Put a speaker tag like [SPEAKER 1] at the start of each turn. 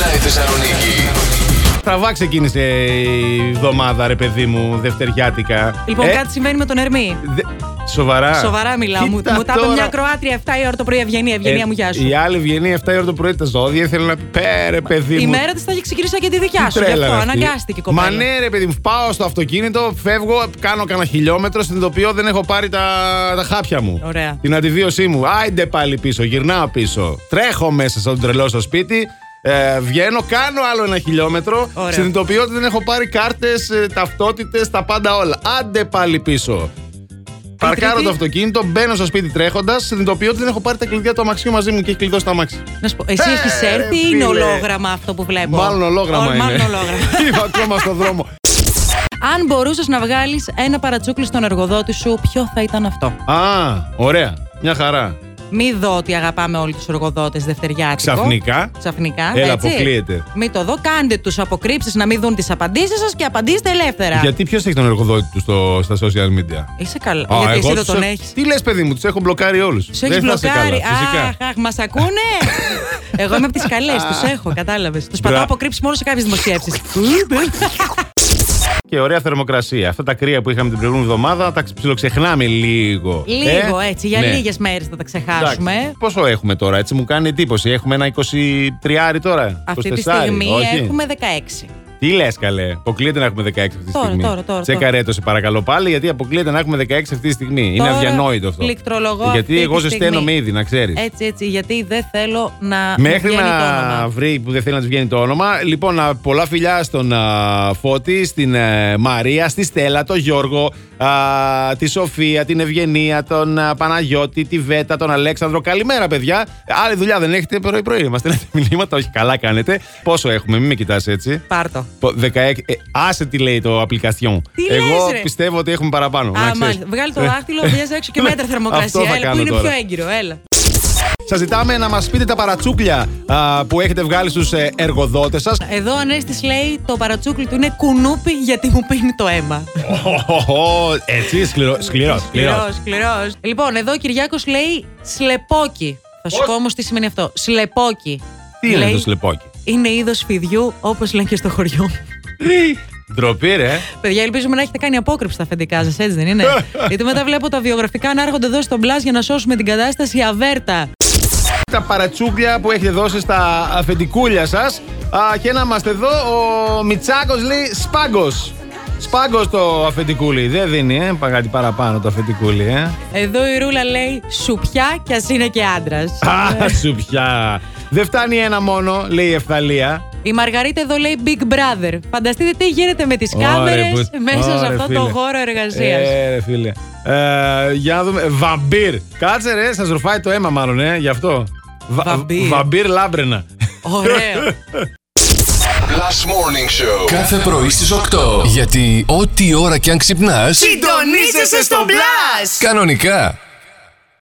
[SPEAKER 1] Θεσσαλονίκη.
[SPEAKER 2] Στραβά ξεκίνησε η εβδομάδα, ρε παιδί μου, δευτεριάτικα.
[SPEAKER 3] Λοιπόν,
[SPEAKER 2] Ε,
[SPEAKER 3] κάτι συμβαίνει με τον Ερμή.
[SPEAKER 2] δε- Σοβαρά.
[SPEAKER 3] Σοβαρά μιλάω. Μου,
[SPEAKER 2] Κοίτα
[SPEAKER 3] μου τα είπε
[SPEAKER 2] τώρα.
[SPEAKER 3] μια Κροάτρια 7 η ώρα το πρωί. Ευγενία, ευγενία
[SPEAKER 2] Ε,
[SPEAKER 3] μου, γεια σου.
[SPEAKER 2] Η άλλη βγαίνει 7 η ώρα το πρωί τα ζώδια. Ήθελε να πει πέρε, παιδί
[SPEAKER 3] Η
[SPEAKER 2] μου.
[SPEAKER 3] μέρα της θα έχει ξεκινήσει σαν και τη
[SPEAKER 2] τι
[SPEAKER 3] δικιά σου. Γι'
[SPEAKER 2] τρέλα
[SPEAKER 3] αυτό
[SPEAKER 2] είναι αυτή.
[SPEAKER 3] αναγκάστηκε η κοπέλα.
[SPEAKER 2] Μα ναι, ρε παιδί μου, πάω στο αυτοκίνητο, φεύγω, κάνω κανένα χιλιόμετρο, συνειδητοποιώ δεν έχω πάρει τα, τα χάπια μου.
[SPEAKER 3] Ωραία.
[SPEAKER 2] Την αντιβίωσή μου. Άιντε πάλι πίσω, γυρνάω πίσω. Τρέχω μέσα στον τρελό στο σπίτι. Ε, βγαίνω, κάνω άλλο ένα χιλιόμετρο.
[SPEAKER 3] Ωραία.
[SPEAKER 2] Συνειδητοποιώ ότι δεν έχω πάρει κάρτες, ταυτότητες, τα πάντα όλα. Άντε πάλι πίσω. Παρκάρω
[SPEAKER 3] τρίτη?
[SPEAKER 2] το αυτοκίνητο, μπαίνω στο σπίτι τρέχοντας. Συνειδητοποιώ ότι δεν έχω πάρει τα κλειδιά του αμαξιού μαζί μου και έχει κλειδώσει το αμάξι.
[SPEAKER 3] Να σου πω, εσύ
[SPEAKER 2] Ε,
[SPEAKER 3] έχει
[SPEAKER 2] ρε,
[SPEAKER 3] έρθει ή είναι
[SPEAKER 2] φίλε.
[SPEAKER 3] ολόγραμμα αυτό που βλέπω.
[SPEAKER 2] Μάλλον ολόγραμμα
[SPEAKER 3] Ε, Ω,
[SPEAKER 2] είναι.
[SPEAKER 3] Μάλλον ολόγραμμα.
[SPEAKER 2] Είμαι ακόμα στον δρόμο.
[SPEAKER 3] Αν μπορούσες να βγάλεις ένα παρατσούκλι στον εργοδότη σου, ποιο θα ήταν αυτό.
[SPEAKER 2] Α, ωραία. Μια χαρά.
[SPEAKER 3] Μη δω ότι αγαπάμε όλοι τους εργοδότες δευτεριάτικο.
[SPEAKER 2] Ξαφνικά.
[SPEAKER 3] Ξαφνικά.
[SPEAKER 2] Έλα,
[SPEAKER 3] έτσι.
[SPEAKER 2] αποκλείεται.
[SPEAKER 3] Μη το δω, κάντε τους αποκρύψεις να μην δουν τις απαντήσεις σας και απαντήστε ελεύθερα.
[SPEAKER 2] Γιατί ποιος έχει τον εργοδότη του στο, στα social media.
[SPEAKER 3] Είσαι καλά. Ε, Γιατί εσύ δεν
[SPEAKER 2] τους
[SPEAKER 3] τον
[SPEAKER 2] έχω-
[SPEAKER 3] έχεις.
[SPEAKER 2] Τι λες, παιδί μου, τους έχω μπλοκάρει όλους.
[SPEAKER 3] Τους έχεις μπλοκάρει.
[SPEAKER 2] Φυσικά.
[SPEAKER 3] Αχ, αχ, μας ακούνε. Εγώ είμαι από τις καλές, τους έχω, κατάλαβες. Τους πατάω
[SPEAKER 2] Μπρα-
[SPEAKER 3] αποκρύψεις μόνο σε κάποιες δημοσιεύσεις.
[SPEAKER 2] Και ωραία θερμοκρασία. Αυτά τα κρύα που είχαμε την προηγούμενη εβδομάδα τα ψιλοξεχνάμε λίγο.
[SPEAKER 3] Λίγο
[SPEAKER 2] Ε,
[SPEAKER 3] έτσι, για
[SPEAKER 2] ναι.
[SPEAKER 3] λίγες μέρες θα τα
[SPEAKER 2] Εντάξει.
[SPEAKER 3] ξεχάσουμε.
[SPEAKER 2] Πόσο έχουμε τώρα, έτσι μου κάνει εντύπωση. Έχουμε ένα 23 τώρα.
[SPEAKER 3] Αυτή τη
[SPEAKER 2] 24,
[SPEAKER 3] στιγμή
[SPEAKER 2] όχι.
[SPEAKER 3] έχουμε 16.
[SPEAKER 2] Τι λες, καλέ. Αποκλείεται να έχουμε 16 αυτή τη
[SPEAKER 3] Τώρα,
[SPEAKER 2] στιγμή.
[SPEAKER 3] τώρα, τώρα,
[SPEAKER 2] Τσέκαρε το, σε παρακαλώ πάλι, γιατί αποκλείεται να έχουμε 16 αυτή τη στιγμή. Είναι
[SPEAKER 3] Τώρα
[SPEAKER 2] αδιανόητο αυτό.
[SPEAKER 3] πληκτρολογώ αυτή
[SPEAKER 2] Γιατί
[SPEAKER 3] τη
[SPEAKER 2] εγώ ζεσταίνομαι
[SPEAKER 3] στιγμή.
[SPEAKER 2] ήδη, να ξέρεις.
[SPEAKER 3] Έτσι, έτσι, γιατί δεν θέλω να. μου
[SPEAKER 2] Μέχρι
[SPEAKER 3] βγαίνει το
[SPEAKER 2] να
[SPEAKER 3] όνομα.
[SPEAKER 2] βρει που δεν θέλει να της βγαίνει το όνομα. Λοιπόν, α, πολλά φιλιά στον α, Φώτη, στην ε, Μαρία, στη Στέλλα, τον Γιώργο, α, τη Σοφία, την Ευγενία, τον α, Παναγιώτη, τη Βέτα, τον Αλέξανδρο. Καλημέρα, παιδιά. Άλλη δουλειά δεν έχετε πρωί-πρωί. Μα στέλνετε μηνύματα, όχι καλά κάνετε. Πόσο έχουμε, μην με κοιτάς έτσι.
[SPEAKER 3] Πάρτο.
[SPEAKER 2] Πο- 16. Ε, άσε τι λέει το application.
[SPEAKER 3] Τι λες,
[SPEAKER 2] Εγώ
[SPEAKER 3] ρε.
[SPEAKER 2] πιστεύω ότι έχουμε παραπάνω. να
[SPEAKER 3] Α,
[SPEAKER 2] ξέρεις.
[SPEAKER 3] μάλιστα. Βγάλει το δάχτυλο, βγαίνει έξω και μέτρα
[SPEAKER 2] Ε. Αυτό
[SPEAKER 3] θερμοκρασία.
[SPEAKER 2] θα
[SPEAKER 3] Έλα, που
[SPEAKER 2] κάνω
[SPEAKER 3] είναι
[SPEAKER 2] τώρα.
[SPEAKER 3] πιο έγκυρο, έλα.
[SPEAKER 2] Σας ζητάμε να μας πείτε τα παρατσούκλια α, που έχετε βγάλει ε, στου εργοδότες σας.
[SPEAKER 3] Εδώ ο Ανέστης λέει το παρατσούκλι του είναι κουνούπι γιατί μου πίνει το αίμα.
[SPEAKER 2] Ω, Έτσι, σκληρό. Σκληρός.
[SPEAKER 3] Σκληρός, σκληρός. Λοιπόν, εδώ ο Κυριάκος λέει σλεπόκι. Θα σου
[SPEAKER 2] Πώς?
[SPEAKER 3] πω όμως τι σημαίνει αυτό. Σλεπόκι.
[SPEAKER 2] Τι είναι
[SPEAKER 3] Λέει,
[SPEAKER 2] το σλεπόκι.
[SPEAKER 3] Είναι είδος φιδιού όπως λένε και στο χωριό.
[SPEAKER 2] Ντροπή, ρε.
[SPEAKER 3] Παιδιά, ελπίζουμε να έχετε κάνει απόκρυψη στα αφεντικά σας, έτσι δεν είναι. Γιατί μετά βλέπω τα βιογραφικά να έρχονται εδώ στον μπλάζ για να σώσουμε την κατάσταση αβέρτα.
[SPEAKER 2] Τα παρατσούκλια που έχετε δώσει στα αφεντικούλια σας. Και να είμαστε εδώ, ο Μιτσάκος λέει σπάγκος. Σπάγκος το αφεντικούλι. Δεν δίνει, ε. πα- Κάτι παραπάνω το αφεντικούλι, ε.
[SPEAKER 3] Εδώ η Ρούλα λέει σουπιά κι ας είναι και άντρας.
[SPEAKER 2] Α, σου πια. Δεν φτάνει ένα μόνο, λέει η Εφθαλία.
[SPEAKER 3] Η Μαργαρίτα εδώ λέει Big Brother. Φανταστείτε τι γίνεται με τις
[SPEAKER 2] Ωραία,
[SPEAKER 3] κάμερες
[SPEAKER 2] που-
[SPEAKER 3] μέσα σε
[SPEAKER 2] ωραία,
[SPEAKER 3] αυτό το
[SPEAKER 2] φίλε.
[SPEAKER 3] χώρο εργασίας.
[SPEAKER 2] Ε, ρε, φίλε. Ε, για να δούμε. Βαμπύρ. Κάτσε, ρε, σας ρουφάει το αίμα, μάλλον, ε, γι' αυτό. Βα-
[SPEAKER 3] Βαμπύρ.
[SPEAKER 2] Βαμπύρ λάμπρενα.
[SPEAKER 3] Ωραίο.
[SPEAKER 1] Last Morning Show.
[SPEAKER 4] Κάθε πρωί στις 8. Γιατί ό,τι ώρα κι αν ξυπνάς,
[SPEAKER 5] Συντονίζεσαι στο μπλα!
[SPEAKER 4] κανονικά.